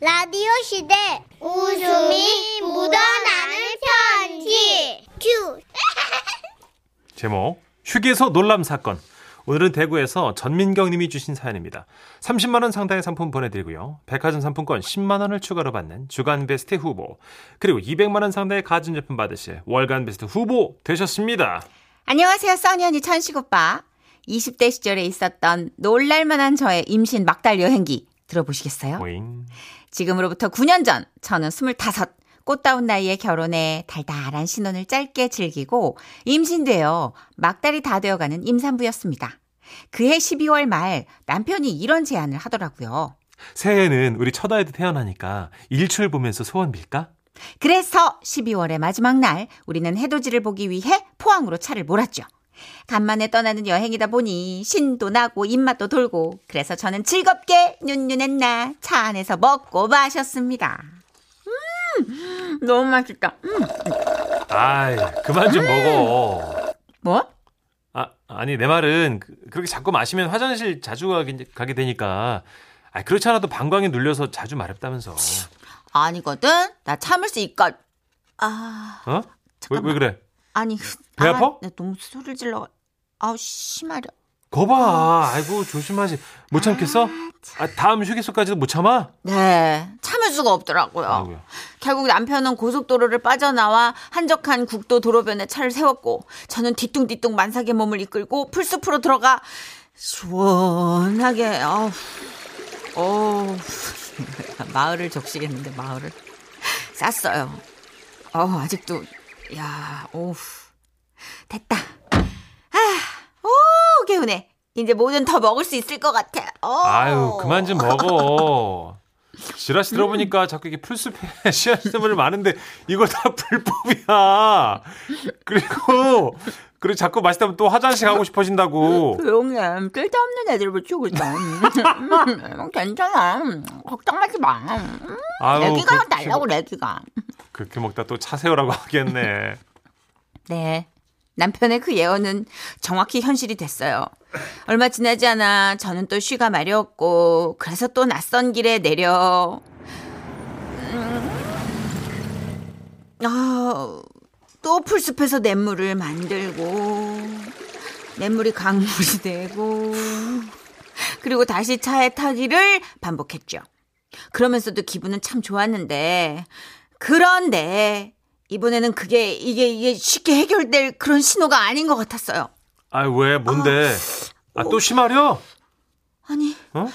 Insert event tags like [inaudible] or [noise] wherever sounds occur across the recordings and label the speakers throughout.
Speaker 1: 라디오 시대 웃음이 묻어나는 편지 큐
Speaker 2: 제목 휴게소 놀람 사건. 오늘은 대구에서 전민경 님이 주신 사연입니다. 30만 원 상당의 상품 보내드리고요. 백화점 상품권 10만 원을 추가로 받는 주간 베스트 후보 그리고 200만 원 상당의 가전제품 받으실 월간 베스트 후보 되셨습니다.
Speaker 3: 안녕하세요, 써니 언니 천식 오빠. 20대 시절에 있었던 놀랄만한 저의 임신 막달 여행기 들어보시겠어요?
Speaker 2: 오잉.
Speaker 3: 지금으로부터 9년 전 저는 25 꽃다운 나이에 결혼해 달달한 신혼을 짧게 즐기고 임신되어 막달이 다 되어가는 임산부였습니다. 그해 12월 말 남편이 이런 제안을 하더라고요.
Speaker 2: 새해에는 우리 첫아이도 태어나니까 일출 보면서 소원 빌까?
Speaker 3: 그래서 12월의 마지막 날 우리는 해돋이를 보기 위해 포항으로 차를 몰았죠. 간만에 떠나는 여행이다 보니 신도 나고 입맛도 돌고 그래서 저는 즐겁게 눈눈한 나차 안에서 먹고 마셨습니다. 음, 너무 맛있다. 음,
Speaker 2: 아이 그만 좀 먹어.
Speaker 3: 뭐?
Speaker 2: 아 아니 내 말은 그- 그렇게 자꾸 마시면 화장실 자주 가게, 가게 되니까 아 그렇지 않아도 방광이 눌려서 자주 마렵다면서.
Speaker 3: 아니거든. 나 참을 수 있건. 아,
Speaker 2: 어? 왜, 왜 그래?
Speaker 3: 아니.
Speaker 2: 배 아파?
Speaker 3: 나 너무 소리를 질러. 아우 심하려.
Speaker 2: 거봐. 아이고 조심하지. 못 참겠어? 아, 다음 휴게소까지도 못 참아?
Speaker 3: 네, 참을 수가 없더라고요.
Speaker 2: 아이고야.
Speaker 3: 결국 남편은 고속도로를 빠져나와 한적한 국도 도로변에 차를 세웠고 저는 뒤뚱뒤뚱 만삭의 몸을 이끌고 풀숲으로 들어가 시원하게 어우 어우 [laughs] 마을을 적시겠는데 마을을 쌌어요. 어우 아직도 야 어우 됐다. 아, 아오 개운해. 이제 뭐든 더 먹을 수 있을 것 같아. 어우.
Speaker 2: 아유 그만 좀 먹어. 지라씨 들어보니까 자꾸 이게 풀숲에 [laughs] 씨앗샘물 많은데 이거 다 불법이야. 그리고 그리고 자꾸 마시다면 또 화장실 가고 싶어진다고.
Speaker 3: 조용히 해. 쓸데없는 애들 붙이고
Speaker 2: [laughs]
Speaker 3: 있어. 음, 괜찮아. 음, 걱정하지 마. 음,
Speaker 2: 아유,
Speaker 3: 애기가
Speaker 2: 그렇게
Speaker 3: 날라고 애기가.
Speaker 2: 그렇게 먹다 또 차 세우라고 하겠네.
Speaker 3: 네. 남편의 그 예언은 정확히 현실이 됐어요. 얼마 지나지 않아 저는 또 쉬가 마려웠고 그래서 또 낯선 길에 내려 음, 아, 또 풀숲에서 냇물을 만들고 냇물이 강물이 되고 그리고 다시 차에 타기를 반복했죠. 그러면서도 기분은 참 좋았는데 그런데 이번에는 그게 이게 이게 쉽게 해결될 그런 신호가 아닌 것 같았어요.
Speaker 2: 아유 왜 뭔데? 아 또 심하려?
Speaker 3: 아니
Speaker 2: 어?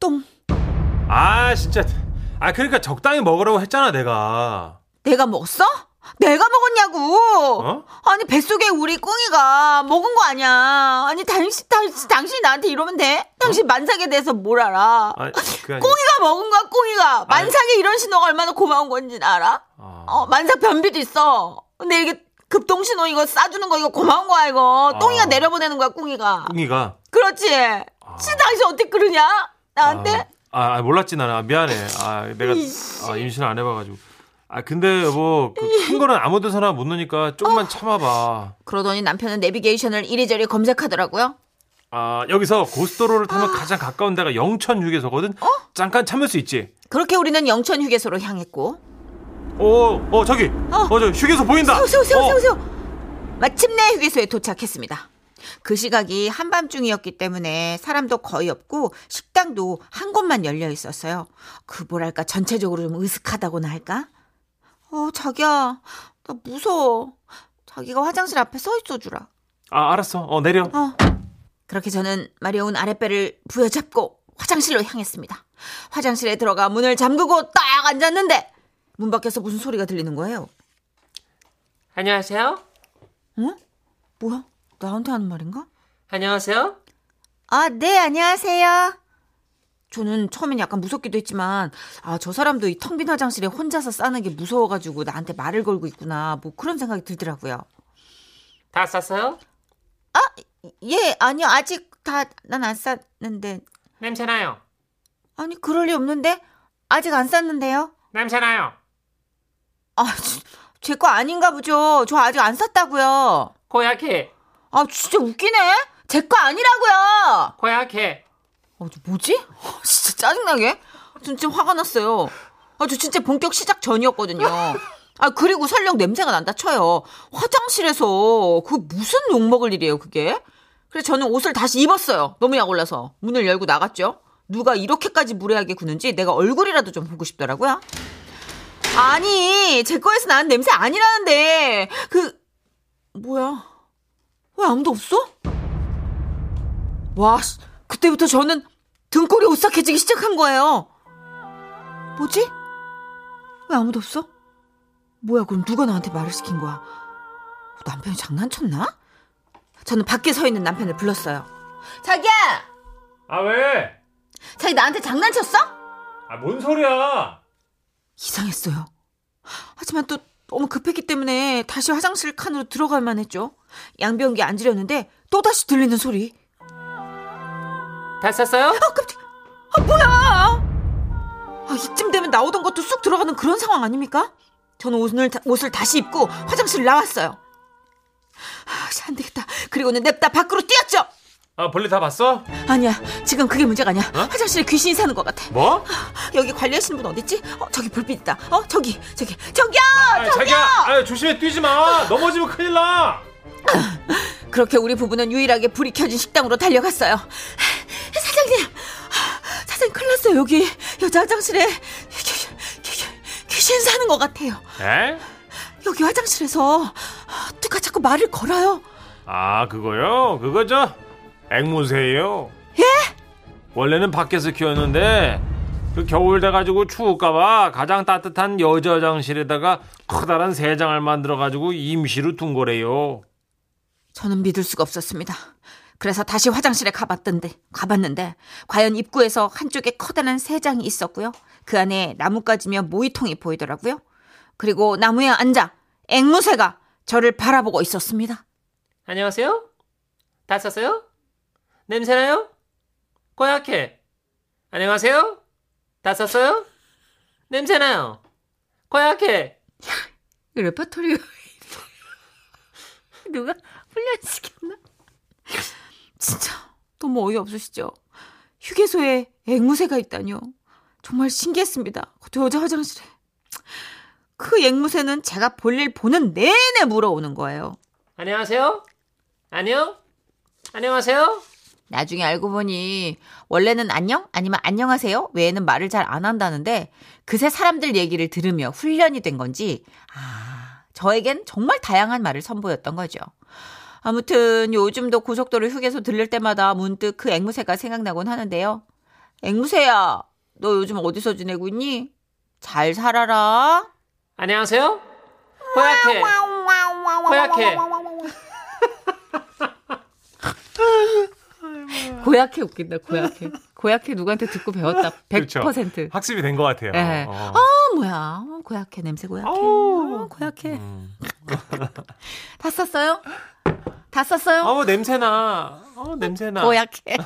Speaker 3: 똥
Speaker 2: 아 진짜. 아 그러니까 적당히 먹으라고 했잖아 내가.
Speaker 3: 내가 먹었어? 내가 먹었냐고?
Speaker 2: 어?
Speaker 3: 아니 뱃속에 우리 꿍이가 먹은 거 아니야? 아니 당신 당신 당신이 나한테 이러면 돼? 당신 만삭에 대해서 뭘 알아?
Speaker 2: 아니, 그게 아니고.
Speaker 3: 꽁이가 먹은 거야, 꽁이가. 만삭에 이런 신호가 얼마나 고마운 건지 알아?
Speaker 2: 아.
Speaker 3: 어, 만삭 변비도 있어. 근데 이게 급동신호 이거 싸주는 거 이거 고마운 거야, 이거.
Speaker 2: 아.
Speaker 3: 똥이가 내려보내는 거야, 꽁이가.
Speaker 2: 꿍이가
Speaker 3: 그렇지. 진 당신 어떻게 그러냐? 나한테?
Speaker 2: 아, 아, 몰랐지 나는 아, 미안해 아 내가 아, 임신을 안 해봐가지고 아 근데 여보 그큰 거는 아무 데서나 못 넣으니까
Speaker 3: 어.
Speaker 2: 조금만 참아봐
Speaker 3: 그러더니 남편은 내비게이션을 이리저리 검색하더라고요.
Speaker 2: 아 여기서 고속도로를 타면
Speaker 3: 아.
Speaker 2: 가장 가까운 데가 영천 휴게소거든
Speaker 3: 어?
Speaker 2: 잠깐 참을 수 있지
Speaker 3: 그렇게 우리는 영천 휴게소로 향했고.
Speaker 2: 어, 어 저기 어 저 휴게소 보인다
Speaker 3: 오세요, 오세요,
Speaker 2: 어.
Speaker 3: 오세요, 오세요. 마침내 휴게소에 도착했습니다. 그 시각이 한밤중이었기 때문에 사람도 거의 없고 식당도 한 곳만 열려 있었어요. 그 뭐랄까 전체적으로 좀 으슥하다고나 할까? 어 자기야 나 무서워. 자기가 화장실 앞에 서 있어주라.
Speaker 2: 아 알았어 어 내려
Speaker 3: 어. 그렇게 저는 마려운 아랫배를 부여잡고 화장실로 향했습니다. 화장실에 들어가 문을 잠그고 딱 앉았는데 문 밖에서 무슨 소리가 들리는 거예요.
Speaker 4: 안녕하세요.
Speaker 3: 뭐야? 나한테 하는 말인가?
Speaker 4: 안녕하세요.
Speaker 3: 아, 네, 안녕하세요. 저는 처음엔 약간 무섭기도 했지만, 아, 저 사람도 이 텅 빈 화장실에 혼자서 싸는 게 무서워가지고 나한테 말을 걸고 있구나. 뭐 그런 생각이 들더라고요.
Speaker 4: 다 쌌어요?
Speaker 3: 예, 아니요. 아직 다, 난 안 쌌는데.
Speaker 4: 냄새나요.
Speaker 3: 아니, 그럴 리 없는데? 아직 안 쌌는데요?
Speaker 4: 냄새나요.
Speaker 3: 아, 제 거 아닌가 보죠. 저 아직 안 쌌다고요.
Speaker 4: 고약해.
Speaker 3: 아, 진짜 웃기네? 제 거 아니라고요!
Speaker 4: 고약해.
Speaker 3: 어, 저 뭐지? 어, 진짜 짜증나게. 진짜 화가 났어요. 아, 저 진짜 본격 시작 전이었거든요. 아, 그리고 설령 냄새가 난다 쳐요. 화장실에서 그 무슨 욕먹을 일이에요, 그게? 그래서 저는 옷을 다시 입었어요. 너무 약올라서. 문을 열고 나갔죠. 누가 이렇게까지 무례하게 구는지 내가 얼굴이라도 좀 보고 싶더라고요. 아니, 제 거에서 나는 냄새 아니라는데. 그, 뭐야. 왜 아무도 없어? 와, 씨, 그때부터 저는 등골이 오싹해지기 시작한 거예요. 뭐지? 왜 아무도 없어? 뭐야, 그럼 누가 나한테 말을 시킨 거야? 뭐 남편이 장난쳤나? 저는 밖에 서 있는 남편을 불렀어요. 자기야!
Speaker 2: 아 왜?
Speaker 3: 자기 나한테 장난쳤어?
Speaker 2: 아 뭔 소리야?
Speaker 3: 이상했어요. 하지만 또 너무 급했기 때문에 다시 화장실 칸으로 들어갈만 했죠. 양변기 앉으려는데 또다시 들리는 소리.
Speaker 4: 다 썼어요?
Speaker 3: 아 깜짝. 아 뭐야? 아 이쯤 되면 나오던 것도 쑥 들어가는 그런 상황 아닙니까? 저는 오늘 다- 옷을 다시 입고 화장실 나왔어요. 아, 씨, 안 되겠다. 그리고는 냅다 밖으로 뛰었죠.
Speaker 2: 아 벌레 다 봤어?
Speaker 3: 아니야, 지금 그게 문제가 아니야. 화장실에 귀신이 사는 것 같아.
Speaker 2: 뭐?
Speaker 3: 여기 관리하시는 분 어딨지? 어, 저기 불빛 있다. 어, 저기, 저기, 저기요!
Speaker 2: 아, 자기야, 아, 조심해 뛰지 마. 넘어지면 큰일 나.
Speaker 3: 그렇게 우리 부부는 유일하게 불이 켜진 식당으로 달려갔어요. 사장님, 사장님 큰일 났어요. 여기 여자 화장실에 귀- 귀- 귀신 사는 것 같아요.
Speaker 2: 에?
Speaker 3: 여기 화장실에서 누가 자꾸 말을 걸어요.
Speaker 2: 아 그거요? 그거죠? 앵무새예요. 예? 원래는 밖에서 키웠는데 그 겨울 돼가지고 추울까봐 가장 따뜻한 여자 화장실에다가 커다란 세 장을 만들어가지고 임시로 둔 거래요.
Speaker 3: 저는 믿을 수가 없었습니다. 그래서 다시 화장실에 가봤던데, 가봤는데, 과연 입구에서 한쪽에 커다란 세 장이 있었고요. 그 안에 나뭇가지며 모이통이 보이더라고요. 그리고 나무에 앉아 앵무새가 저를 바라보고 있었습니다.
Speaker 4: 안녕하세요? 다 썼어요? 냄새나요? 고약해. 안녕하세요? 다 썼어요? 냄새나요? 고약해.
Speaker 3: 레퍼토리 [laughs] 누가 훈련시켰나? 진짜 너무 어이없으시죠? 휴게소에 앵무새가 있다니요. 정말 신기했습니다. 그 여자 화장실에. 그 앵무새는 제가 볼일 보는 내내 물어오는 거예요.
Speaker 4: 안녕하세요? 안녕? 안녕하세요?
Speaker 3: 나중에 알고 보니 원래는 안녕 아니면 안녕하세요 외에는 말을 잘 안 한다는데 그새 사람들 얘기를 들으며 훈련이 된 건지 아 저에겐 정말 다양한 말을 선보였던 거죠. 아무튼 요즘도 고속도로 휴게소 들릴 때마다 문득 그 앵무새가 생각나곤 하는데요. 앵무새야 너 요즘 어디서 지내고 있니? 잘 살아라.
Speaker 4: 안녕하세요? 고약해. 고약해.
Speaker 1: 고약해 웃긴다. 고약해. 고약해 누구한테 듣고 배웠다. 100%.
Speaker 2: 학습이 된 것 같아요.
Speaker 1: 네.
Speaker 2: 어.
Speaker 3: 어, 뭐야 어, 고약해 냄새 고약해 어, 고약해
Speaker 2: 음.
Speaker 3: 다 썼어요? 다 썼어요?
Speaker 2: 아우 뭐 냄새나. 어 냄새나. 뭐-
Speaker 3: 고약해.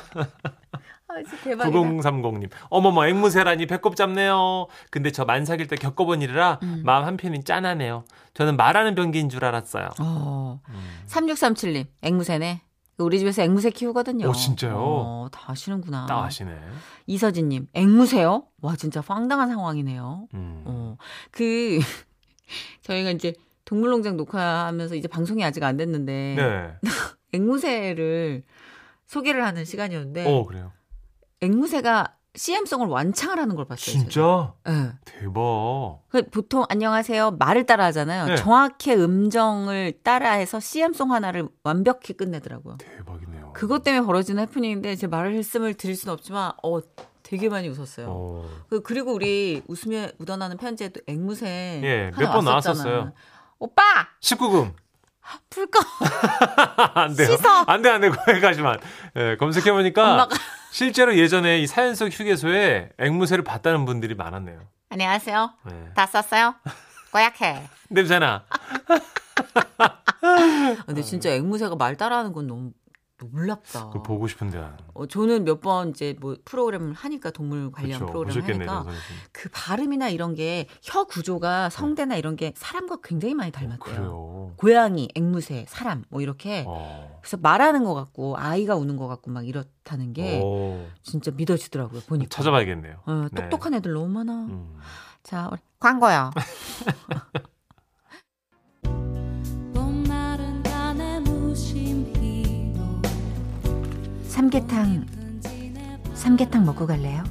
Speaker 3: 아, 진짜 대박이다.
Speaker 2: 9030님. 어머머, 앵무새라니 배꼽 잡네요. 근데 저 만삭일 때 겪어본 일이라 마음 한편이 짠하네요. 저는 말하는 변기인 줄 알았어요.
Speaker 3: 어.
Speaker 2: 음.
Speaker 3: 3637님, 앵무새네. 우리 집에서 앵무새 키우거든요.
Speaker 2: 오, 진짜요?
Speaker 3: 어, 다 아시는구나.
Speaker 2: 딱 아시네.
Speaker 3: 이서진님, 앵무새요? 와, 진짜 황당한 상황이네요.
Speaker 2: 음.
Speaker 3: 어. 그, [laughs] 저희가 이제 동물농장 녹화하면서 이제 방송이 아직 안 됐는데,
Speaker 2: 네.
Speaker 3: 앵무새를 소개를 하는 시간이었는데,
Speaker 2: 어, 그래요.
Speaker 3: 앵무새가 CM송을 완창을 하는 걸 봤어요. 제가.
Speaker 2: 진짜?
Speaker 3: 예.
Speaker 2: 대박.
Speaker 3: 그 보통 안녕하세요 말을 따라 하잖아요.
Speaker 2: 네.
Speaker 3: 정확히 음정을 따라해서 CM송 하나를 완벽히 끝내더라고요.
Speaker 2: 대박이네요.
Speaker 3: 그것 때문에 벌어지는 해프닝인데 제 말씀을 드릴 수는 없지만 어 되게 많이 웃었어요.
Speaker 2: 어.
Speaker 3: 그- 그리고 우리 웃음에 묻어나는 편지에도 앵무새
Speaker 2: 예,
Speaker 3: 하나
Speaker 2: 몇번
Speaker 3: 왔었잖아요.
Speaker 2: 나왔었어요.
Speaker 3: 오빠
Speaker 2: 19금.
Speaker 3: 풀 꺼. [laughs]
Speaker 2: 안 돼요.
Speaker 3: 씻어.
Speaker 2: 안 돼, 안 돼. 거기까지만. 예, 검색해보니까
Speaker 3: 엄마가.
Speaker 2: 실제로 예전에 이 사연 속 휴게소에 앵무새를 봤다는 분들이 많았네요.
Speaker 3: 안녕하세요.
Speaker 2: 예.
Speaker 3: 다 썼어요. 꼬약해.
Speaker 5: 아.
Speaker 2: 냄새나.
Speaker 3: 근데 진짜 앵무새가 말 따라하는 건 너무
Speaker 5: 놀랍다.
Speaker 2: 그거 보고 싶은데.
Speaker 5: 어, 저는 몇 번 이제 뭐 프로그램을 하니까 동물 관련
Speaker 2: 그렇죠.
Speaker 5: 프로그램 을
Speaker 2: 보셨겠네,
Speaker 5: 하니까
Speaker 2: 이런 선생님.
Speaker 5: 그 발음이나 이런 게 혀 구조가 성대나 이런 게 사람과 굉장히 많이 닮았대요.
Speaker 2: 네. 어, 그래요.
Speaker 5: 고양이, 앵무새, 사람 뭐 이렇게
Speaker 2: 어.
Speaker 5: 그래서 말하는 것 같고 아이가 우는 것 같고 막 이렇다는 게
Speaker 2: 오,
Speaker 5: 진짜 믿어지더라고요 보니까.
Speaker 2: 어. 찾아봐야겠네요.
Speaker 5: 어,
Speaker 2: 네.
Speaker 5: 똑똑한 애들 너무 많아.
Speaker 2: 음.
Speaker 5: 자 우리 광고요.
Speaker 6: 봄날은 간에 무심히도
Speaker 5: 삼계탕 삼계탕 먹고 갈래요?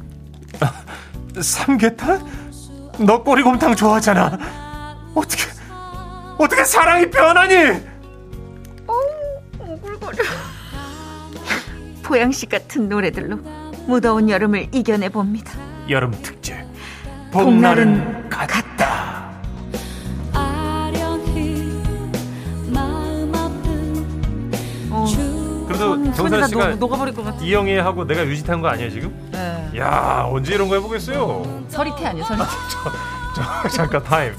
Speaker 2: 삼계탕? 너 꼬리곰탕 좋아하잖아. 어떻게 어떻게 사랑이 변하니?
Speaker 5: [laughs] 보양식 같은 노래들로 무더운 여름을 이겨내 봅니다.
Speaker 2: 여름 특집.
Speaker 5: 봄날은
Speaker 2: 갔다.
Speaker 6: 아련히 마음 아픈
Speaker 5: 어.
Speaker 6: 주
Speaker 5: 음,
Speaker 2: 그래도 정선 씨가
Speaker 3: 녹아버릴 것 같아.
Speaker 2: 이영애 하고 내가 유지탄 거 아니야 지금?
Speaker 3: 네.
Speaker 2: 야 언제 이런 거 해보겠어요? [laughs]
Speaker 3: 서리태 예. 아니에요, 서리태.
Speaker 2: 저, 잠깐 타임.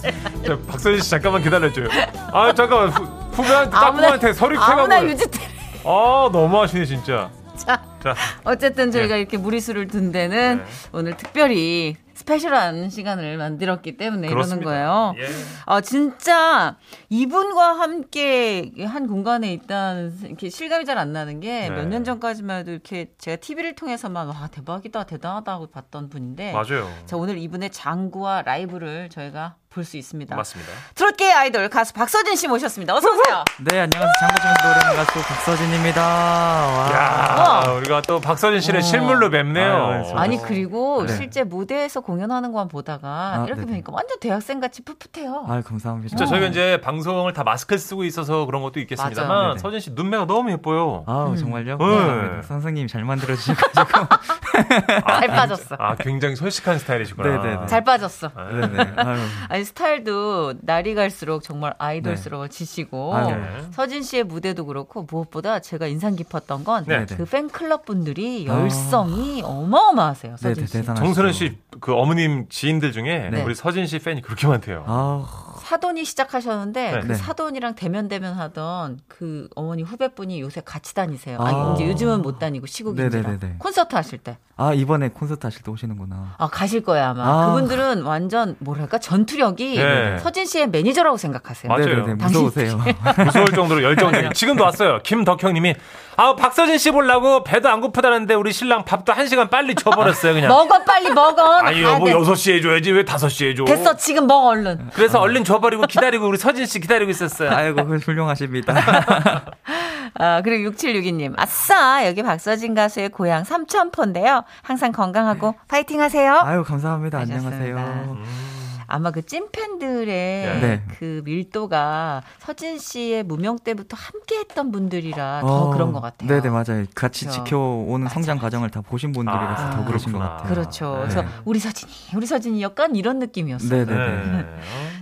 Speaker 2: 저 박선희 씨 잠깐만 기다려줘요. 아 잠깐만 후, 후배한테 짝꿍한테 서리태가
Speaker 3: 아무나
Speaker 2: 뭘-
Speaker 3: 유지태.
Speaker 2: 아 너무 하시네 진짜.
Speaker 3: 자,
Speaker 2: 자
Speaker 3: 어쨌든 저희가
Speaker 2: 네.
Speaker 3: 이렇게 무리수를 둔 데는
Speaker 2: 네.
Speaker 3: 오늘 특별히 스페셜한 시간을 만들었기 때문에
Speaker 2: 그렇습니다.
Speaker 3: 이러는 거예요.
Speaker 2: 예.
Speaker 3: 아, 진짜 이분과 함께 한 공간에 있다는 이렇게 실감이 잘 안 나는 게 몇
Speaker 2: 네.
Speaker 3: 년 전까지만 해도 이렇게 제가 TV를 통해서만 와, 대박이다, 대단하다고 봤던 분인데.
Speaker 2: 맞아요.
Speaker 3: 자, 오늘 이분의 장구와 라이브를 저희가 볼 수 있습니다.
Speaker 2: 맞습니다.
Speaker 3: 트롯계의 아이돌 가수 박서진 씨 모셨습니다. 어서 오세요.
Speaker 7: 네, 안녕하세요. 장구장에서 노래하는 가수 박서진입니다. 와.
Speaker 2: 야 우리가 또 박서진 씨를
Speaker 7: 어.
Speaker 2: 실물로 뵙네요.
Speaker 7: 아유, 아유,
Speaker 3: 아니
Speaker 7: 어.
Speaker 3: 그리고
Speaker 7: 네.
Speaker 3: 실제 무대에서 공연하는 것만 보다가
Speaker 7: 아,
Speaker 3: 이렇게
Speaker 7: 네네.
Speaker 3: 보니까 완전 대학생 같이 풋풋해요.
Speaker 7: 아유, 감사합니다.
Speaker 2: 진짜 저희가 이제 방송을 다 마스크를 쓰고 있어서 그런 것도
Speaker 3: 맞아요.
Speaker 2: 있겠습니다만
Speaker 7: 네네.
Speaker 2: 서진 씨 눈매가 너무 예뻐요.
Speaker 7: 아우,
Speaker 3: 음.
Speaker 2: 네.
Speaker 7: 정말요? 감사합니다. 선생님이
Speaker 2: [laughs]
Speaker 7: 잘 만들어주셔가지고.
Speaker 3: [laughs] 잘 빠졌어.
Speaker 2: 아 굉장히 솔직한 스타일이시구나.
Speaker 7: 네네네.
Speaker 3: 잘 빠졌어.
Speaker 7: 네네. 아유.
Speaker 3: 아니 스타일도 날이 갈수록 정말 아이돌스러워지시고
Speaker 7: 네. 아유. 네.
Speaker 3: 서진 씨의 무대도 그렇고 무엇보다 제가 인상 깊었던 건
Speaker 2: 네.
Speaker 3: 그 팬클럽 분들이 열성이 어마어마하세요.
Speaker 7: 아. 네네,
Speaker 3: 서진 씨
Speaker 7: 대단하시죠.
Speaker 2: 정선은 씨 그 어머님 지인들 중에
Speaker 3: 네.
Speaker 2: 우리 서진 씨 팬이 그렇게 많대요.
Speaker 7: 아우,
Speaker 3: 사돈이 시작하셨는데
Speaker 2: 네.
Speaker 3: 그
Speaker 7: 네.
Speaker 3: 사돈이랑 대면 대면 하던 그 어머니 후배분이 요새 같이 다니세요.
Speaker 7: 아.
Speaker 3: 아, 이제 요즘은 못 다니고 시국인지라
Speaker 7: 네네네네.
Speaker 3: 콘서트 하실 때.
Speaker 7: 아, 이번에 콘서트 하실 때 오시는구나.
Speaker 3: 아, 가실 거예요, 아마.
Speaker 7: 아.
Speaker 3: 그분들은 완전, 뭐랄까, 전투력이
Speaker 2: 네.
Speaker 3: 서진 씨의 매니저라고 생각하세요.
Speaker 2: 맞- 맞아요.
Speaker 7: 네네네.
Speaker 3: [laughs]
Speaker 7: 무서우세요.
Speaker 2: 무서울 정도로 열정적이. 지금도 왔어요. 김덕형님이 아 박서진 씨 보려고 배도 안 고프다는데 우리 신랑 밥도 한 시간 빨리 줘버렸어요 그냥.
Speaker 3: 먹어, 빨리 먹어.
Speaker 2: [laughs] 아니
Speaker 3: 가야
Speaker 2: 여보 뭐.
Speaker 3: 돼.
Speaker 2: 6시에 해줘야지 왜 5시에 해줘
Speaker 3: 됐어, 지금 먹어, 얼른.
Speaker 2: 그래서 얼른 줘버리고 기다리고 우리 서진 씨 기다리고 있었어요
Speaker 7: 네, 아이고, 훌륭하십니다.
Speaker 3: [laughs] 아, 그리고 6762님. 아싸! 여기 박서진 가수의 고향 삼천포인데요. 항상 건강하고
Speaker 2: 네.
Speaker 3: 파이팅 하세요.
Speaker 7: 아유, 감사합니다. 안녕하세요.
Speaker 3: 알겠습니다.
Speaker 2: 음.
Speaker 3: 아마 그 찐팬들의
Speaker 7: 네.
Speaker 3: 그 밀도가 서진 씨의 무명 때부터 함께 했던 분들이라 더
Speaker 7: 어,
Speaker 3: 그런 것 같아요.
Speaker 7: 네네, 맞아요. 같이
Speaker 3: 그렇죠.
Speaker 7: 지켜오는 성장 과정을 다 보신 분들이라서
Speaker 2: 아,
Speaker 7: 더 그러신 것
Speaker 2: 그렇구나.
Speaker 7: 같아요.
Speaker 3: 그렇죠.
Speaker 2: 네.
Speaker 3: 그래서 우리 서진이, 우리 서진이 약간 이런 느낌이었어요.
Speaker 7: 네네네.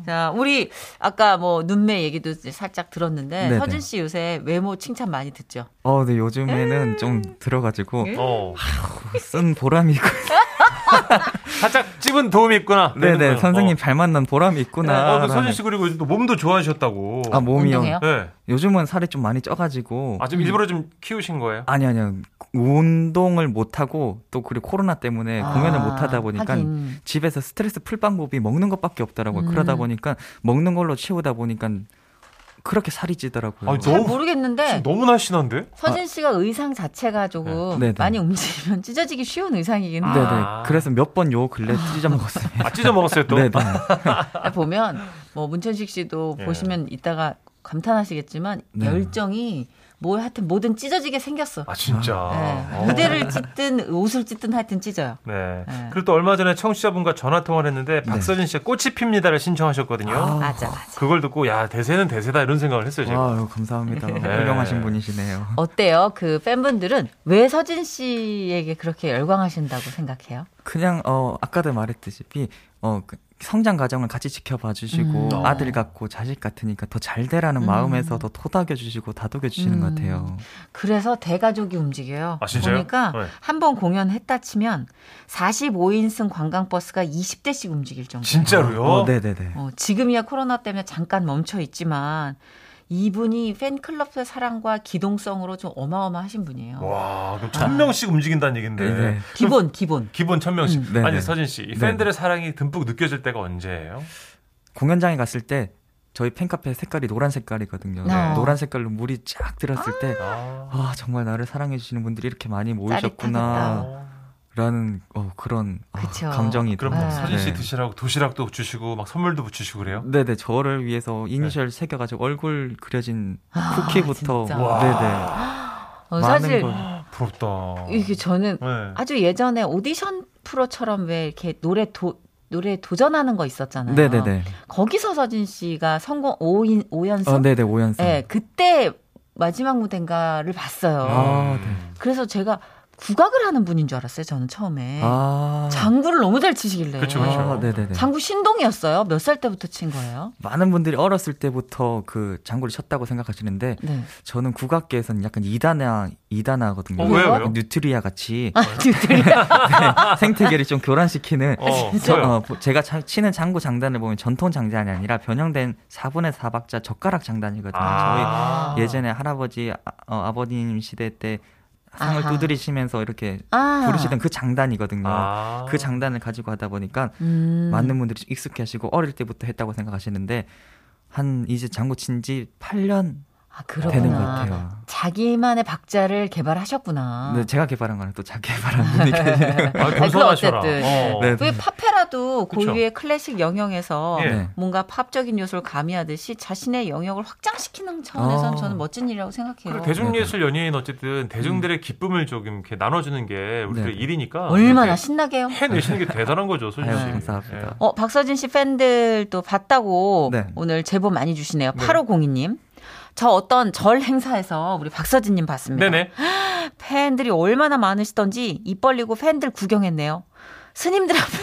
Speaker 3: 자, 우리 아까 뭐 눈매 얘기도 이제 살짝 들었는데
Speaker 7: 네네.
Speaker 3: 서진 씨 요새 외모 칭찬 많이 듣죠.
Speaker 7: 어, 네, 요즘에는 좀 들어가지고
Speaker 3: 네.
Speaker 7: 그
Speaker 2: 어,
Speaker 7: 쓴 보람이 있고
Speaker 2: 살짝 찝은 도움이 있구나
Speaker 7: 네네 선생님
Speaker 2: 어.
Speaker 7: 잘 만난 보람이 있구나.
Speaker 2: 어, 그 서진 씨 그리고 요즘 또 몸도 좋아하셨다고
Speaker 7: 아 몸이요.
Speaker 3: 운동해요?
Speaker 2: 네.
Speaker 7: 요즘은 살이 좀 많이 쪄가지고.
Speaker 2: 아, 좀 일부러 좀 키우신 거예요?
Speaker 7: 아니 아니요 운동을 못 하고 또 그리고 코로나 때문에 네, 공연을
Speaker 2: 아,
Speaker 7: 못 하다 보니까
Speaker 3: 아, 하긴.
Speaker 7: 집에서 스트레스 풀 방법이 먹는 것밖에 없더라고요.
Speaker 3: 음.
Speaker 7: 그러다 보니까 먹는 걸로 채우다 보니까 그렇게 살이 찌더라고요.
Speaker 2: 아니,
Speaker 3: 잘
Speaker 2: 너무-
Speaker 3: 모르겠는데
Speaker 2: 너무 날씬한데?
Speaker 3: 서진 씨가 의상 자체가 조금
Speaker 7: 아, 네네.
Speaker 3: 많이 움직이면 찢어지기 쉬운 의상이긴 한데
Speaker 7: 네네.
Speaker 2: 아.
Speaker 7: 그래서 몇 번 요 근래 찢어 먹었어요.
Speaker 2: 아 찢어 먹었어요 또?
Speaker 7: 네네.
Speaker 3: 보면 뭐 문천식 씨도
Speaker 2: 예.
Speaker 3: 보시면 이따가 감탄하시겠지만
Speaker 7: 네.
Speaker 3: 열정이 뭐 하여튼 뭐든 찢어지게 생겼어.
Speaker 2: 아 진짜
Speaker 3: 예.
Speaker 2: 어.
Speaker 3: 무대를 찢든 옷을 찢든 하여튼 찢어요.
Speaker 2: 네.
Speaker 3: 네.
Speaker 2: 그리고 또 얼마 전에 청취자분과 전화 통화를
Speaker 7: 네.
Speaker 2: 했는데 박서진 씨의 꽃이 핍니다를 신청하셨거든요.
Speaker 3: 맞아 맞아.
Speaker 2: 그걸 듣고 야 대세는 대세다 이런 생각을 했어요 제가.
Speaker 7: 아유
Speaker 2: [laughs]
Speaker 7: 감사합니다.
Speaker 2: 네.
Speaker 7: 훌륭하신 분이시네요.
Speaker 3: 어때요? 그 팬분들은 왜 서진 씨에게 그렇게 열광하신다고 생각해요?
Speaker 7: 그냥 어 아까도 말했듯이 어, 그 성장 과정을 같이 지켜봐 주시고
Speaker 3: 음.
Speaker 7: 아들 같고 자식 같으니까 더 잘 되라는 마음에서 더 토닥여 주시고 다독여 주시는 것
Speaker 3: 음.
Speaker 7: 같아요. 어.
Speaker 3: 그래서 대가족이 움직여요.
Speaker 2: 아, 진짜요?
Speaker 3: 보니까
Speaker 2: 네.
Speaker 3: 한 번 공연했다 치면 45인승 관광버스가 20대씩 움직일 정도.
Speaker 7: 네.
Speaker 2: 진짜로요?
Speaker 7: 어, 네네네.
Speaker 3: 어, 지금이야 코로나 때문에 잠깐 멈춰 있지만 이분이 팬클럽의 사랑과 기동성으로 좀 어마어마하신 분이에요.
Speaker 2: 와, 그럼 천 명씩 움직인다는 얘긴데.
Speaker 7: 네네.
Speaker 2: 그럼
Speaker 3: 기본 기본.
Speaker 2: 기본 천 명씩.
Speaker 7: 음, 네네.
Speaker 2: 아니 서진 씨, 이
Speaker 7: 네네.
Speaker 2: 팬들의 사랑이 듬뿍 느껴질 때가 언제예요?
Speaker 7: 공연장에 갔을 때 저희 팬카페 색깔이 노란 색깔이거든요.
Speaker 3: 네.
Speaker 7: 노란 색깔로 물이 쫙 들었을 때,
Speaker 2: 아,
Speaker 7: 아, 정말 나를 사랑해주시는 분들이 이렇게 많이
Speaker 3: 짜릿하겠다.
Speaker 7: 모이셨구나. 라는 어, 그런 아,
Speaker 3: 그쵸.
Speaker 7: 감정이.
Speaker 2: 그럼 막
Speaker 3: 아.
Speaker 2: 서진 씨
Speaker 7: 아. 네.
Speaker 2: 드시라고 도시락도 주시고 막 선물도 붙이시고 그래요?
Speaker 7: 네네, 저를 위해서 이니셜 새겨가지고 얼굴 그려진 쿠키부터.
Speaker 3: 아, 진짜.
Speaker 2: 네. 와.
Speaker 7: 네네.
Speaker 3: 어,
Speaker 7: 많은
Speaker 3: 사실
Speaker 7: 걸.
Speaker 2: 부럽다.
Speaker 3: 이게 저는
Speaker 2: 네.
Speaker 3: 아주 예전에 오디션 프로처럼 왜 이렇게 노래 도 노래 도전하는 거 있었잖아요.
Speaker 7: 네네네.
Speaker 3: 거기서 서진 씨가 성공 5인 5연승.
Speaker 7: 어, 네네, 오연승.
Speaker 3: 네, 그때 마지막 무대인가를 봤어요.
Speaker 7: 아,
Speaker 3: 그래서 제가 국악을 하는 분인 줄 알았어요. 저는 처음에
Speaker 7: 아.
Speaker 3: 네. 장구를 너무 잘 치시길래.
Speaker 2: 그쵸, 그쵸.
Speaker 7: 아, 네네네.
Speaker 3: 장구 신동이었어요. 몇 살 때부터 친 거예요?
Speaker 7: 많은 분들이 어렸을 때부터 그 장구를 쳤다고 생각하시는데
Speaker 3: 네.
Speaker 7: 저는 국악계에서는 약간 이단아 이단아거든요.
Speaker 2: 어, 왜요, 왜요?
Speaker 7: 뉴트리아 같이 [laughs]
Speaker 3: 뉴트리아.
Speaker 7: 생태계를 좀 교란시키는 [laughs]
Speaker 2: 어,
Speaker 7: 저-
Speaker 2: 뭐요?
Speaker 7: 어, 보- 제가 참- 치는 장구 장단을 보면 전통 장단이 아니라 변형된 4분의 4박자 젓가락 장단이거든요.
Speaker 2: 아.
Speaker 7: 저희 예전에 할아버지 아, 버님 시대 때 상을
Speaker 3: 아하.
Speaker 7: 두드리시면서 이렇게
Speaker 3: 아.
Speaker 7: 부르시던 그 장단이거든요.
Speaker 2: 아.
Speaker 7: 그 장단을 가지고 하다 보니까
Speaker 3: 음.
Speaker 7: 많은 분들이 좀 익숙해하시고 어릴 때부터 했다고 생각하시는데 한 이제 장구 친 지 8년
Speaker 3: 아, 그렇구나.
Speaker 7: 되는 것 같아요. 네.
Speaker 3: 자기만의 박자를 개발하셨구나.
Speaker 7: 근데 제가 개발한 거는 또 자기 개발한
Speaker 3: [laughs]
Speaker 7: 분이 계시네요.
Speaker 2: 아,
Speaker 3: 그럼
Speaker 2: 겸손하셔라.
Speaker 3: 어쨌든.
Speaker 2: 어.
Speaker 7: 네.
Speaker 3: 왜 팝페라도
Speaker 2: 그쵸.
Speaker 3: 고유의 클래식 영역에서
Speaker 2: 예.
Speaker 7: 네.
Speaker 3: 뭔가 팝적인 요소를 가미하듯이 자신의 영역을 확장시키는 차원에선
Speaker 7: 어.
Speaker 3: 저는 멋진 일이라고 생각해요.
Speaker 2: 그리고 대중예술 연예인 어쨌든 대중들의 기쁨을 조금 이렇게 나눠주는 게 우리들의
Speaker 7: 음. 네.
Speaker 2: 일이니까
Speaker 3: 얼마나
Speaker 2: 이렇게
Speaker 3: 신나게요.
Speaker 2: 해내시는 게 대단한 거죠, 소진
Speaker 7: 아유,
Speaker 2: 씨.
Speaker 7: 감사합니다.
Speaker 3: 어, 박서진 씨 팬들 또 봤다고
Speaker 7: 네.
Speaker 3: 오늘 제보 많이 주시네요.
Speaker 2: 네.
Speaker 3: 8502님. 저 어떤 절 행사에서 우리 박서진님
Speaker 2: 예.
Speaker 3: 봤습니다.
Speaker 2: 네네.
Speaker 3: 팬들이 얼마나 많으시던지 입 벌리고 팬들 구경했네요.
Speaker 2: [laughs]
Speaker 3: 스님들 앞에.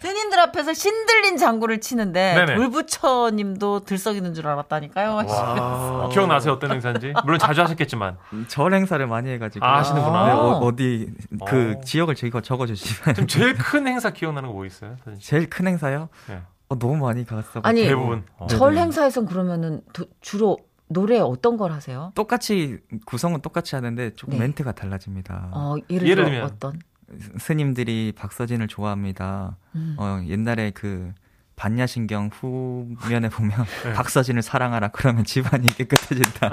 Speaker 3: 스님들 앞에서 신들린 장구를 치는데
Speaker 2: 네네. 아,
Speaker 3: 돌부처님도 들썩이는 줄 알았다니까요.
Speaker 2: 와. [laughs] 기억나세요 어떤 행사인지? 물론 자주 하셨겠지만
Speaker 7: 아, 음, 절 행사를 많이 해가지고
Speaker 2: 아, 하시는구나.
Speaker 7: 네, 어, 디그
Speaker 2: 어.
Speaker 7: 지역을 저희가 적어주시면
Speaker 2: 지금 제일 큰 행사 기억나는 거 뭐 있어요? 사진 씨?
Speaker 7: [laughs] 제일 큰 행사요?
Speaker 2: 예.
Speaker 7: 어, 너무 많이 갔어.
Speaker 3: 아니, 네.
Speaker 2: 대부분. 어.
Speaker 3: 절
Speaker 7: 네네.
Speaker 3: 행사에선 그러면은 도- 주로 노래 어떤 걸 하세요?
Speaker 7: 똑같이 구성은 똑같이 하는데 조금
Speaker 3: 네.
Speaker 7: 멘트가 달라집니다.
Speaker 3: 어, 예를,
Speaker 2: 아, 예를
Speaker 3: 들면
Speaker 2: 들면.
Speaker 3: 어떤?
Speaker 7: 스님들이 박서진을 좋아합니다.
Speaker 3: 음.
Speaker 7: 어, 옛날에 그 반야신경 후면에
Speaker 2: [laughs]
Speaker 7: 보면
Speaker 2: 네.
Speaker 7: 박서진을 사랑하라 그러면 집안이 깨끗해진다.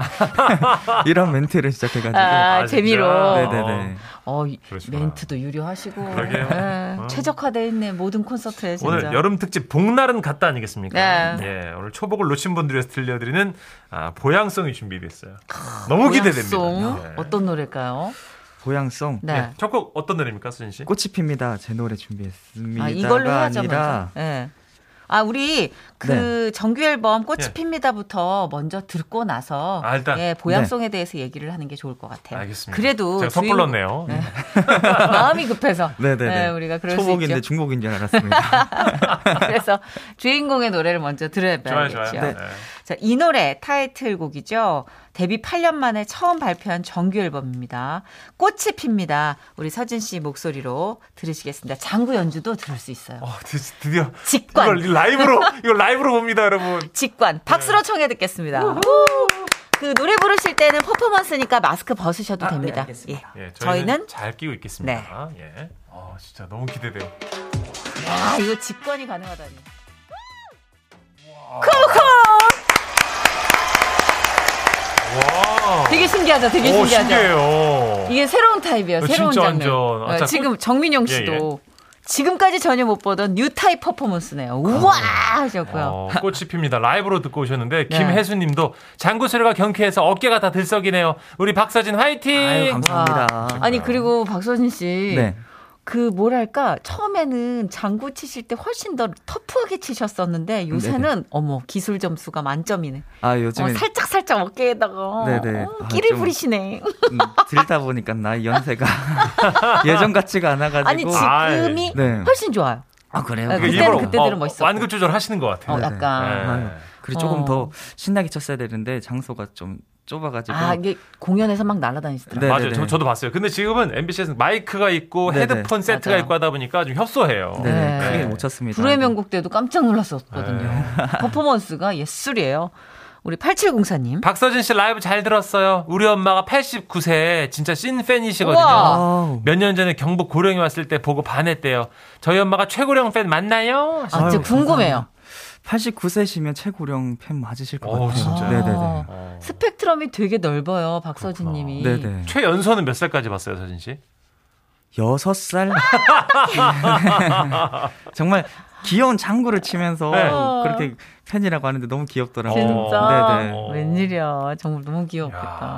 Speaker 7: [laughs] 이런 멘트를 시작해가지고
Speaker 3: 아,
Speaker 2: 진짜?
Speaker 3: 재미로.
Speaker 7: 네네네.
Speaker 3: 어, 이-
Speaker 2: 그러시구나.
Speaker 3: 멘트도 유려하시고
Speaker 2: 그러게요.
Speaker 3: 예,
Speaker 2: 어.
Speaker 3: 최적화돼 있네 모든 콘서트에 진짜.
Speaker 2: 오늘 여름 특집 복날은 갔다 아니겠습니까?
Speaker 3: 네.
Speaker 2: 예, 오늘 초복을 놓친 분들 위해서 들려드리는 아, 보양송이 준비됐어요. 너무
Speaker 3: 고향송?
Speaker 2: 기대됩니다. 예.
Speaker 3: 어떤 노래일까요?
Speaker 7: 보양송
Speaker 3: 네.
Speaker 2: 예, 첫곡 어떤 노래입니까, 수진 씨?
Speaker 7: 꽃이 핍니다. 제 노래 준비했습니다.
Speaker 3: 아, 이걸로 해야죠.
Speaker 7: 아니라 네.
Speaker 3: 먼저. 예. 아, 우리 그 정규 앨범 꽃이
Speaker 2: 예.
Speaker 3: 핍니다부터 먼저 듣고 나서
Speaker 2: 아, 일단.
Speaker 3: 예, 보양송에 대해서 얘기를 하는 게 좋을 것 같아요.
Speaker 2: 알겠습니다.
Speaker 3: 그래도
Speaker 2: 제가
Speaker 3: 주인공-
Speaker 2: 섣불렀네요.
Speaker 3: [laughs] 마음이 급해서
Speaker 7: [laughs] 네네네.
Speaker 3: 예, 우리가 그럴 수
Speaker 7: 초복인데
Speaker 3: 있죠.
Speaker 7: 중복인 줄 알았습니다.
Speaker 3: [laughs] 그래서 주인공의 노래를 먼저
Speaker 2: 좋아요,
Speaker 3: 들어봐야겠죠.
Speaker 2: 좋아요. 네.
Speaker 3: 자, 이 노래 타이틀곡이죠. 데뷔 8년 만에 처음 발표한 정규 앨범입니다. 꽃이 핍니다. 우리 서진 씨 목소리로 들으시겠습니다. 장구 연주도 들을 수 있어요.
Speaker 2: 어, 드- 드디어
Speaker 3: 직관.
Speaker 2: 이걸 라이브로 이거 라이브로 봅니다, 여러분.
Speaker 3: 직관
Speaker 2: 네.
Speaker 3: 박수로 청해 듣겠습니다. 그 노래 부르실 때는 퍼포먼스니까 마스크 벗으셔도 됩니다. 예.
Speaker 2: 아, 네, 예,
Speaker 3: 저희는 네.
Speaker 2: 잘 끼고 있겠습니다. 예. 어, 진짜 너무 기대돼요.
Speaker 3: 아 이거 직관이 가능하다니. 콩콩
Speaker 2: 와.
Speaker 3: 되게 신기하죠. 되게
Speaker 2: 오,
Speaker 3: 신기하죠.
Speaker 2: 신기해요.
Speaker 3: 이게 새로운 타입이에요.
Speaker 2: 어,
Speaker 3: 새로운
Speaker 2: 진짜
Speaker 3: 장르.
Speaker 2: 완전. 아,
Speaker 3: 어,
Speaker 2: 자,
Speaker 3: 지금 정민영
Speaker 2: 예,
Speaker 3: 씨도 지금까지 전혀 못 보던 뉴 타입 퍼포먼스네요. 우와 하셨고요.
Speaker 2: 아, 어, 꽃이 핍니다. 라이브로 듣고 오셨는데
Speaker 3: 네.
Speaker 2: 김혜수 님도 장구 소리가 경쾌해서 어깨가 다 들썩이네요. 우리 박서진 화이팅.
Speaker 7: 아유,
Speaker 3: 와.
Speaker 7: 감사합니다.
Speaker 3: 아니 그리고 박서진 씨.
Speaker 7: 네.
Speaker 3: 그 뭐랄까 처음에는 장구 치실 때 훨씬 더 터프하게
Speaker 7: 음,
Speaker 3: 치셨었는데 요새는 어머 기술 점수가 만점이네.
Speaker 7: 아,
Speaker 3: 어,
Speaker 7: 요즘에
Speaker 3: 살짝 살짝 어깨에다가
Speaker 7: 네네.
Speaker 3: 어,
Speaker 7: 아,
Speaker 3: 끼를
Speaker 7: 좀-
Speaker 3: 부리시네.
Speaker 7: 음, 들다 보니까
Speaker 3: [laughs]
Speaker 7: 나이 연세가 예전 같지가 않아가지고.
Speaker 3: 아니 지금이
Speaker 7: 네.
Speaker 3: 훨씬 좋아요.
Speaker 7: 아, 그래요?
Speaker 3: 네,
Speaker 2: 그러니까
Speaker 3: 그때는
Speaker 2: 일부러,
Speaker 3: 그때대로
Speaker 2: 어,
Speaker 3: 멋있었고.
Speaker 2: 완급 조절 하시는 것
Speaker 3: 어,
Speaker 2: 같아요.
Speaker 7: 네네.
Speaker 3: 약간
Speaker 2: 네.
Speaker 7: 아유, 그리고 조금
Speaker 3: 어.
Speaker 7: 더 신나게 쳤어야 되는데 장소가 좀 좁아가지고
Speaker 3: 아 이게 공연에서 막 날아다니시더라고요.
Speaker 7: 네,
Speaker 2: 맞아요.
Speaker 7: 네,
Speaker 2: 저,
Speaker 7: 네.
Speaker 2: 저도 봤어요. 근데 지금은 MBC에서 마이크가 있고
Speaker 7: 네, 네.
Speaker 2: 헤드폰 세트가
Speaker 3: 맞아요.
Speaker 2: 있고 하다 보니까 좀 협소해요.
Speaker 7: 네,
Speaker 3: 네.
Speaker 7: 크게 못 쳤습니다.
Speaker 3: 불후의 명곡 때도 깜짝 놀랐었거든요.
Speaker 2: 네.
Speaker 7: 네.
Speaker 3: 퍼포먼스가 예술이에요. 우리 8704님.
Speaker 2: 박서진 씨 라이브 잘 들었어요. 우리 엄마가 89세 진짜 찐팬이시거든요.
Speaker 3: 우와.
Speaker 7: 아우,
Speaker 2: 몇 년 전에 경북 고령에 왔을 때 보고 반했대요. 저희 엄마가 최고령 팬 맞나요?
Speaker 3: 아, 진짜
Speaker 7: 아유,
Speaker 3: 궁금해요.
Speaker 7: 89세시면 최고령 팬 맞으실 것
Speaker 2: 어우,
Speaker 7: 같아요.
Speaker 2: 진짜요?
Speaker 7: 네네네.
Speaker 2: 어.
Speaker 3: 스펙트럼이 되게 넓어요, 박서진 님이.
Speaker 7: 네네.
Speaker 2: 최연소는 몇 살까지 봤어요, 서진 씨?
Speaker 7: 여섯 살 [laughs] 정말 귀여운 장구를 치면서
Speaker 2: 네.
Speaker 7: 그렇게 팬이라고 하는데 너무 귀엽더라고요.
Speaker 3: 진짜
Speaker 7: 네네.
Speaker 2: 어.
Speaker 3: 웬일이야. 정말 너무 귀엽겠다.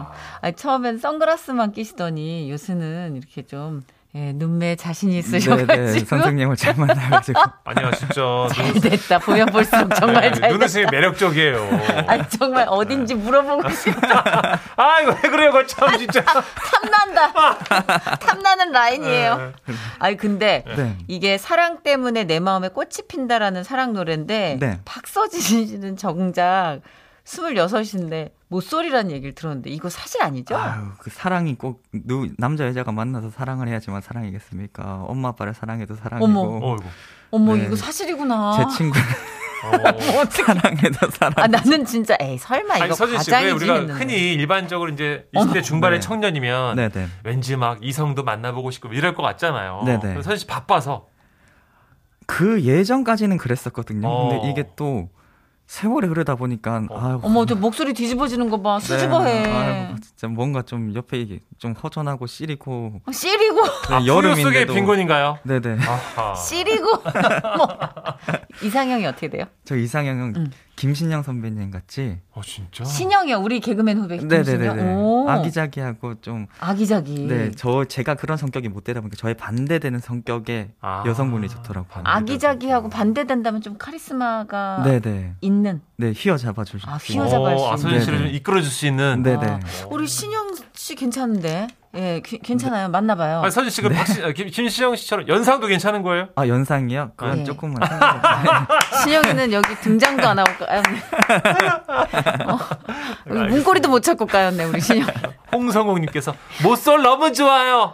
Speaker 2: 야.
Speaker 3: 아니, 처음엔 선글라스만 끼시더니 요새는 이렇게 좀 예, 눈매 자신이 있으셔가지고
Speaker 7: 선생님을 잘
Speaker 2: [laughs]
Speaker 7: 만나가지고
Speaker 2: 아니야,
Speaker 3: [laughs]
Speaker 2: 진짜.
Speaker 3: 잘 됐다. 보면 볼수록 정말
Speaker 2: 네,
Speaker 3: 잘
Speaker 2: 눈웃이 매력적이에요.
Speaker 3: [laughs] 아 정말 어딘지 물어보고
Speaker 2: 네.
Speaker 3: 싶다.
Speaker 2: 아, 이거 왜 그래요, 이거 참, 진짜.
Speaker 3: 탐난다.
Speaker 2: [laughs]
Speaker 3: 탐나는
Speaker 2: 네.
Speaker 3: 라인이에요. 아니 근데
Speaker 7: 네.
Speaker 3: 이게 사랑 때문에 내 마음에 꽃이 핀다라는 사랑 노래인데
Speaker 7: 네.
Speaker 3: 박서진 씨는 정작 26인데 못소리라는 얘기를 들었는데 이거 사실 아니죠?
Speaker 7: 아유, 그 사랑이 꼭 누, 남자 여자가 만나서 사랑을 해야지만 사랑이겠습니까? 엄마 아빠를 사랑해도 사랑이고
Speaker 3: 어머. 아.
Speaker 2: 어이구.
Speaker 3: 어머
Speaker 7: 네.
Speaker 3: 이거 사실이구나. [laughs]
Speaker 7: 제 친구를
Speaker 2: 어.
Speaker 7: 사랑해도 사랑.
Speaker 3: 아 나는 진짜 에이 설마
Speaker 2: 아니,
Speaker 3: 아, 이거
Speaker 2: 서진 씨, 왜
Speaker 3: 과장이지
Speaker 2: 우리가
Speaker 3: 했는데. 어.
Speaker 2: 흔히 일반적으로 이제 20대 중반의
Speaker 7: 네.
Speaker 2: 청년이면
Speaker 7: 네네.
Speaker 2: 왠지 막 이성도 만나보고 싶고 이럴 것 같잖아요.
Speaker 7: 네네.
Speaker 2: 근데 서진 씨 바빠서.
Speaker 7: 그 예전까지는 그랬었거든요.
Speaker 2: 어.
Speaker 7: 근데 이게 또 세월이 흐르다 보니까
Speaker 2: 어.
Speaker 7: 아유, 네.
Speaker 3: 어머 저 목소리 뒤집어지는 거 봐. 수줍어해.
Speaker 2: 네.
Speaker 7: 아이고, 진짜 뭔가 좀 옆에 이게 좀 허전하고 시리고 네,
Speaker 3: 어, 씨리고
Speaker 2: 아, 여름 속의 빈곤인가요?
Speaker 7: 네네.
Speaker 2: 아하.
Speaker 7: [laughs]
Speaker 3: 씨리고 뭐. 이상형이 어떻게 돼요?
Speaker 7: 저 이상형은
Speaker 3: 음.
Speaker 7: 김신영 선배님 같이.
Speaker 2: 어, 진짜.
Speaker 3: 신영이요. 우리 개그맨 후배
Speaker 7: 네네네네.
Speaker 3: 김신영.
Speaker 7: 아기자기하고 좀.
Speaker 3: 아기자기.
Speaker 7: 네,
Speaker 2: 음.
Speaker 7: 저 제가 그런 성격이 못 되다 보니까 저의 반대되는 성격의
Speaker 2: 아.
Speaker 7: 여성분이 좋더라고요.
Speaker 2: 아.
Speaker 3: 아기자기하고 반대된다면 좀 카리스마가
Speaker 7: 네네.
Speaker 3: 있는.
Speaker 7: 네, 휘어잡아 주실
Speaker 3: 아,
Speaker 7: 수.
Speaker 3: 휘어잡아. 휘어잡아할 수
Speaker 2: 아, 서진 씨를
Speaker 7: 있는.
Speaker 2: 좀 이끌어줄 수 있는.
Speaker 7: 네네.
Speaker 3: 아, 우리 신영 씨 괜찮은데. 예, 귀- 괜찮아요. 만나봐요.
Speaker 2: 아니, 서진
Speaker 7: 네.
Speaker 2: 씨가 박시, 아, 김, 김시영 씨처럼 연상도 괜찮은 거예요?
Speaker 7: 아, 연상이요? 그건
Speaker 3: 네.
Speaker 7: 조금만.
Speaker 3: [laughs]
Speaker 7: 생각해볼게요.
Speaker 3: 신영이는 여기 등장도 안 하고
Speaker 7: [laughs]
Speaker 3: 까였네.
Speaker 7: 아,
Speaker 3: 어, 문고리도 못 찾고 까였네, 우리 신영.
Speaker 2: 홍성욱님께서 모쏠 너무 좋아요.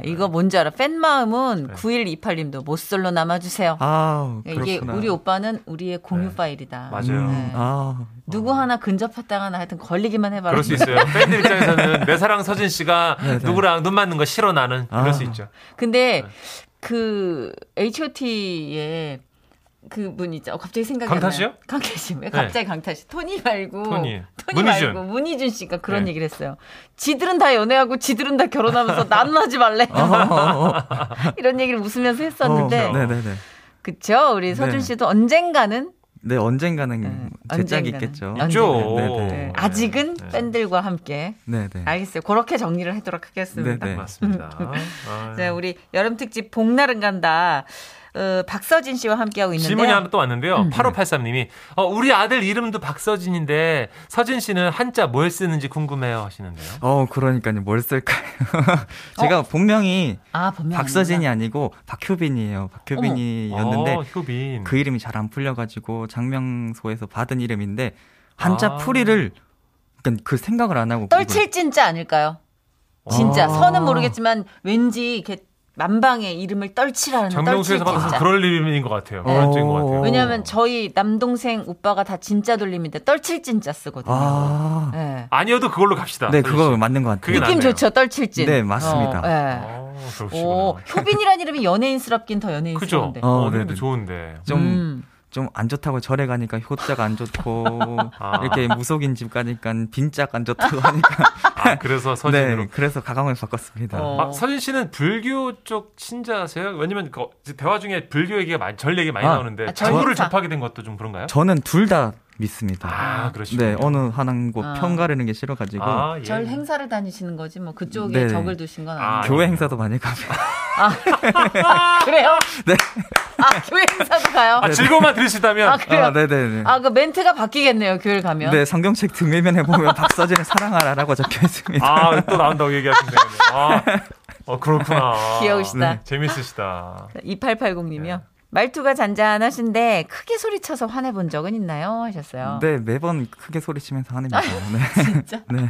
Speaker 3: 아, 이거 뭔지 알아. 팬 마음은 9128님도 못설로 남아주세요.
Speaker 7: 네. 아,
Speaker 3: 예,
Speaker 7: 그렇구나.
Speaker 3: 이게 우리 오빠는 우리의 공유 파일이다.
Speaker 2: 맞아요.
Speaker 3: 네.
Speaker 7: 아,
Speaker 3: 누구 하나 근접했다가나 하여튼 걸리기만 해봐라.
Speaker 2: 어. 그럴 수 있어요. 팬들
Speaker 7: [laughs]
Speaker 2: 입장에서는 내 사랑 서진 씨가 누구랑 눈 맞는 거 싫어 나는 그럴
Speaker 7: 네, 아.
Speaker 2: 수 있죠.
Speaker 3: 근데
Speaker 2: 네.
Speaker 3: 그 H.O.T.의 그분 있죠. 어, 갑자기 생각이
Speaker 2: 강타
Speaker 3: 안 나요.
Speaker 2: 씨요? 네.
Speaker 3: 강타 씨. 왜 갑자기 강타 씨? 토니 말고
Speaker 2: 토니.
Speaker 3: 어, 토니
Speaker 2: 문희준.
Speaker 3: 말고 문희준 씨가 그런
Speaker 2: 네.
Speaker 3: 얘기를 했어요. 지들은 다 연애하고 지들은
Speaker 2: [laughs]
Speaker 3: 다 결혼하면서 나는 하지 말래.
Speaker 2: 어,
Speaker 3: [laughs] 이런 얘기를 웃으면서 했었는데
Speaker 7: 어, 네네네.
Speaker 3: 그쵸? 우리 서준
Speaker 7: 네.
Speaker 3: 씨도 언젠가는
Speaker 7: 네, 언젠가는
Speaker 3: 네,
Speaker 7: 제 짝이
Speaker 3: 언젠가는.
Speaker 7: 있겠죠.
Speaker 2: 있죠.
Speaker 7: 네네.
Speaker 2: 네.
Speaker 3: 아직은
Speaker 2: 네.
Speaker 3: 팬들과 함께
Speaker 7: 네네.
Speaker 3: 알겠어요. 그렇게 정리를 하도록 하겠습니다.
Speaker 7: 네.
Speaker 2: 맞습니다.
Speaker 3: 자,
Speaker 2: 아유.
Speaker 3: 네, 우리 여름 특집 봄날은 간다. 어, 박서진 씨와 함께하고 있는데 음.
Speaker 2: 질문이 하나 또 왔는데요. 8583님이 어, 우리 아들 이름도 박서진인데 서진 씨는 한자 뭘 쓰는지 궁금해요 하시는데요.
Speaker 7: 어, 그러니까요. 뭘 쓸까요? [laughs] 제가 본명이
Speaker 3: 아, 어? 본명
Speaker 7: 박서진이
Speaker 3: 아니구나.
Speaker 7: 아니고 박효빈이에요. 박효빈이었는데
Speaker 2: 어, 효빈.
Speaker 7: 그 이름이 잘 안 풀려가지고 장명소에서 받은 이름인데 한자
Speaker 2: 아.
Speaker 7: 풀이를 그러니까 그 생각을 안 하고
Speaker 3: 떨칠 진짜 아닐까요? 진짜
Speaker 7: 아.
Speaker 3: 선은 모르겠지만 왠지 이렇게 만방에 이름을 떨치라는 아, 떨칠
Speaker 2: 장명수에서 봐도
Speaker 3: 진짜.
Speaker 2: 그럴 이름인 것
Speaker 7: 어.
Speaker 2: 같아요. 그런 쪽인 것 같아요.
Speaker 3: 왜냐하면 저희 남동생 오빠가 다 진짜 돌림인데 떨칠 진짜 쓰거든요.
Speaker 7: 아,
Speaker 3: 예.
Speaker 2: 아니어도 그걸로 갑시다.
Speaker 7: 네
Speaker 2: 서진
Speaker 7: 그거
Speaker 2: 씨.
Speaker 7: 맞는 것 같아요.
Speaker 2: 그게
Speaker 3: 느낌
Speaker 2: 낫네요.
Speaker 3: 좋죠 떨칠 진.
Speaker 7: 네, 맞습니다.
Speaker 3: 어, 예.
Speaker 2: 어,
Speaker 3: 오
Speaker 2: 그러시구나.
Speaker 3: 효빈이란 이름이 연예인스럽긴 더
Speaker 2: 그죠?
Speaker 3: 연예인스러운데.
Speaker 7: 어,
Speaker 2: 어, 이름도
Speaker 7: 네네.
Speaker 2: 좋은데.
Speaker 7: 좀
Speaker 3: 음.
Speaker 7: 좀 안 좋다고 절에 가니까 효자가 안 좋고
Speaker 2: [laughs] 아.
Speaker 7: 이렇게 무속인 집 가니까 빈자가 안
Speaker 2: [laughs]
Speaker 7: 좋다고 하니까
Speaker 2: 아,
Speaker 7: [laughs]
Speaker 2: 그래서 서진으로.
Speaker 7: 네 그래서 가강을 바꿨습니다.
Speaker 3: 어.
Speaker 2: 아, 서진 씨는 불교 쪽 신자세요? 왜냐면 그 대화 중에 불교 얘기가 많이, 절 얘기가 많이
Speaker 7: 아,
Speaker 2: 나오는데
Speaker 3: 아,
Speaker 2: 장구를
Speaker 3: 절차.
Speaker 2: 접하게 된 것도 좀 그런가요?
Speaker 7: 저는 둘 다 믿습니다.
Speaker 2: 아, 그러시군요.
Speaker 7: 네 어느 하나는 곳
Speaker 3: 아.
Speaker 7: 편가르는 게 싫어가지고
Speaker 2: 아, 예.
Speaker 3: 절 행사를 다니시는 거지 뭐 그쪽에
Speaker 7: 네.
Speaker 3: 적을 두신 건
Speaker 2: 아,
Speaker 3: 아니에요.
Speaker 7: 교회 행사도 많이 가면
Speaker 3: 그래요?
Speaker 7: [laughs] 네.
Speaker 3: 아 교회 행사도 가요?
Speaker 2: 아, 즐거움만 들으시다면
Speaker 3: [laughs] 아 그래요?
Speaker 7: 아, 네네네.
Speaker 3: 아, 그 멘트가 바뀌겠네요, 교회를 가면.
Speaker 7: 네, 성경책 등해면에 보면 박서진을 사랑하라라고 적혀 있습니다.
Speaker 2: 아, 또 나온다고 얘기하시네요. 아, 어, 그렇구나.
Speaker 3: [laughs]
Speaker 2: 네,
Speaker 3: 귀여우시다.
Speaker 2: 재밌으시다.
Speaker 7: 네.
Speaker 3: 2880님이요. 말투가 잔잔하신데 크게 소리쳐서 화내본 적은 있나요? 하셨어요.
Speaker 7: 네, 매번 크게 소리치면서 화냅니다. 네.
Speaker 3: [laughs] 진짜.
Speaker 7: 네.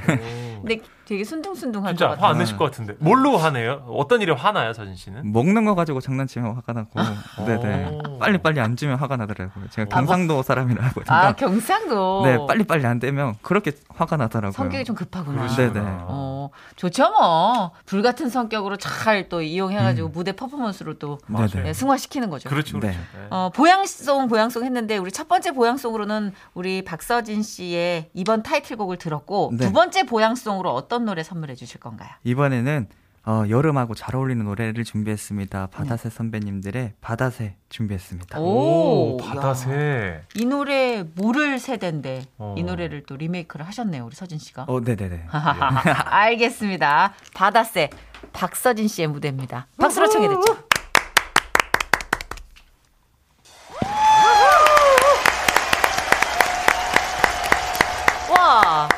Speaker 3: 근데 되게 순둥순둥할 것
Speaker 2: 진짜 화
Speaker 3: 같아요.
Speaker 2: 안 내실 것 같은데 뭘로 화내요? 어떤 일에 화나요, 서진 씨는?
Speaker 7: 먹는 거 가지고 장난치면 화가 나고,
Speaker 3: 어.
Speaker 2: 오.
Speaker 7: 네네. 빨리 빨리 안 주면 화가 나더라고요. 제가
Speaker 2: 아, 뭐-
Speaker 7: 경상도 사람이라 보니까,
Speaker 3: 아, 경상도.
Speaker 7: 네 빨리 빨리 안 되면 그렇게 화가 나더라고요.
Speaker 3: 성격이 좀 급하구나.
Speaker 7: 그러시구나. 네네.
Speaker 3: 어, 좋죠 뭐. 불같은 성격으로 잘 또 이용해가지고 무대 퍼포먼스로 또
Speaker 7: 음. 네네.
Speaker 3: 네, 승화시키는 거죠.
Speaker 2: 그렇죠, 그렇죠.
Speaker 7: 네.
Speaker 2: 네.
Speaker 3: 어, 보양송, 보양송 했는데, 우리 첫 번째 보양송으로는 우리 박서진 씨의 이번 타이틀곡을 들었고,
Speaker 7: 네.
Speaker 3: 두 번째 보양송으로 어떤 노래 선물해 주실 건가요?
Speaker 7: 이번에는 어, 여름하고 잘 어울리는 노래를 준비했습니다.
Speaker 3: 네.
Speaker 7: 바다새 선배님들의 바다새 준비했습니다.
Speaker 2: 오,
Speaker 3: 야.
Speaker 2: 바다새.
Speaker 3: 이 노래 모를 세대인데,
Speaker 2: 어.
Speaker 3: 이 노래를 또 리메이크를 하셨네요, 우리 서진 씨가.
Speaker 7: 어, 예. 네네네.
Speaker 3: 아. [laughs] 알겠습니다. 바다새, 박서진 씨의 무대입니다. 박수로 청해 듣죠. 와,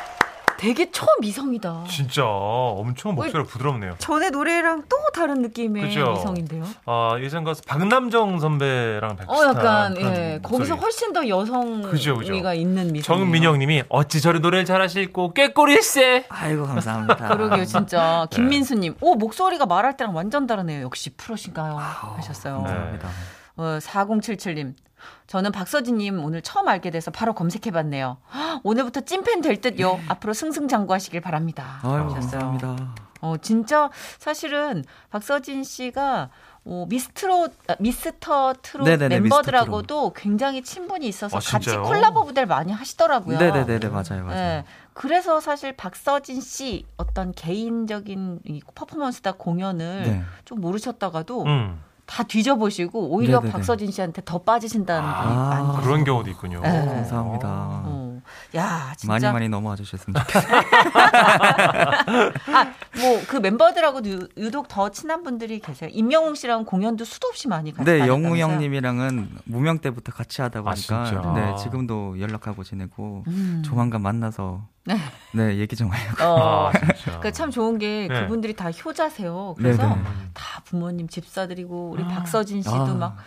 Speaker 3: 되게 초미성이다.
Speaker 2: 진짜 엄청 목소리가 부드럽네요.
Speaker 3: 전에 노래랑 또 다른 느낌의
Speaker 2: 그죠?
Speaker 3: 미성인데요.
Speaker 2: 아 예전 가수 박남정 선배랑 비슷한
Speaker 3: 어, 약간
Speaker 2: 그런
Speaker 3: 예, 거기서
Speaker 2: 목소리.
Speaker 3: 훨씬 더 여성
Speaker 2: 그죠, 그죠.
Speaker 3: 우리가 있는 미성.
Speaker 2: 정민영님이 어찌 저리 노래를 잘하실고 꾀꼬리일세.
Speaker 7: 아이고 감사합니다.
Speaker 3: 그러게요, 진짜.
Speaker 2: 네.
Speaker 3: 김민수님, 오 목소리가 말할 때랑 완전 다르네요. 역시 프로신가요? 하셨어요.
Speaker 2: 네.
Speaker 7: 아, 감사합니다.
Speaker 3: 어, 4077님. 저는 박서진님 오늘 처음 알게 돼서 바로 검색해봤네요. 헉, 오늘부터 찐팬 될 듯요. 앞으로 승승장구하시길 바랍니다.
Speaker 7: 아유
Speaker 3: 하셨어요.
Speaker 7: 감사합니다.
Speaker 3: 어, 진짜 사실은 박서진 씨가 어, 미스트로, 아, 미스터 트롯
Speaker 7: 네네네,
Speaker 3: 멤버들하고도 굉장히 친분이 있어서
Speaker 2: 아,
Speaker 3: 같이
Speaker 2: 진짜요?
Speaker 3: 콜라보 무대를 많이 하시더라고요.
Speaker 7: 네네네네 맞아요 맞아요.
Speaker 3: 네. 그래서 사실 박서진 씨 어떤 개인적인 이 퍼포먼스다 공연을
Speaker 7: 네.
Speaker 3: 좀 모르셨다가도
Speaker 2: 음
Speaker 3: 다 뒤져보시고 오히려
Speaker 7: 네네네.
Speaker 3: 박서진 씨한테 더 빠지신다는 분이
Speaker 7: 아,
Speaker 3: 많이 계세요.
Speaker 2: 그런 경우도 있군요.
Speaker 3: 네.
Speaker 7: 감사합니다.
Speaker 3: 어. 야
Speaker 7: 많이
Speaker 3: 진짜
Speaker 7: 많이 넘어와 주셨으면 좋겠어요.
Speaker 3: 뭐 그 멤버들하고도 유- 유독 더 친한 분들이 계세요. 임영웅 씨랑 공연도 수도 없이 많이 같이
Speaker 7: 네, 영우
Speaker 3: 다녔다면서요?
Speaker 7: 형님이랑은 무명 때부터 같이 하다 보니까
Speaker 2: 아, 진짜?
Speaker 7: 네, 지금도 연락하고 지내고
Speaker 3: 음.
Speaker 7: 조만간 만나서 네, 얘기 좀 해요.
Speaker 3: 어.
Speaker 2: 아 진짜.
Speaker 3: 그 참 좋은 게
Speaker 2: 네.
Speaker 3: 그분들이 다 효자세요. 그래서
Speaker 7: 네네.
Speaker 2: 음.
Speaker 3: 다 부모님 집사들이고 우리 박서진 씨도
Speaker 7: 아.
Speaker 3: 막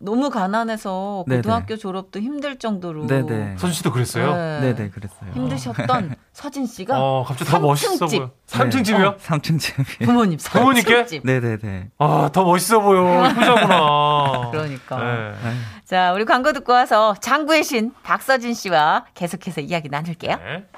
Speaker 3: 너무 가난해서
Speaker 7: 네네.
Speaker 3: 고등학교 졸업도 힘들 정도로
Speaker 7: 네네.
Speaker 2: 선진 씨도 그랬어요.
Speaker 3: 네.
Speaker 7: 네, 네, 그랬어요.
Speaker 3: 힘드셨던 서진 씨가
Speaker 2: 어 갑자기 더 멋있어
Speaker 3: 삼층집. 네.
Speaker 2: 보여. 3층 집이요?
Speaker 7: 3층
Speaker 3: [laughs]
Speaker 7: 네. 집이요.
Speaker 3: 부모님
Speaker 2: 부모님께?
Speaker 3: 집
Speaker 7: 네, 네, 네.
Speaker 2: 아 더 멋있어 보여. 효자구나.
Speaker 3: [laughs] 그러니까.
Speaker 2: 네.
Speaker 3: 자, 우리 광고 듣고 와서 장구의 신 박서진 씨와 계속해서 이야기 나눌게요.
Speaker 2: 네.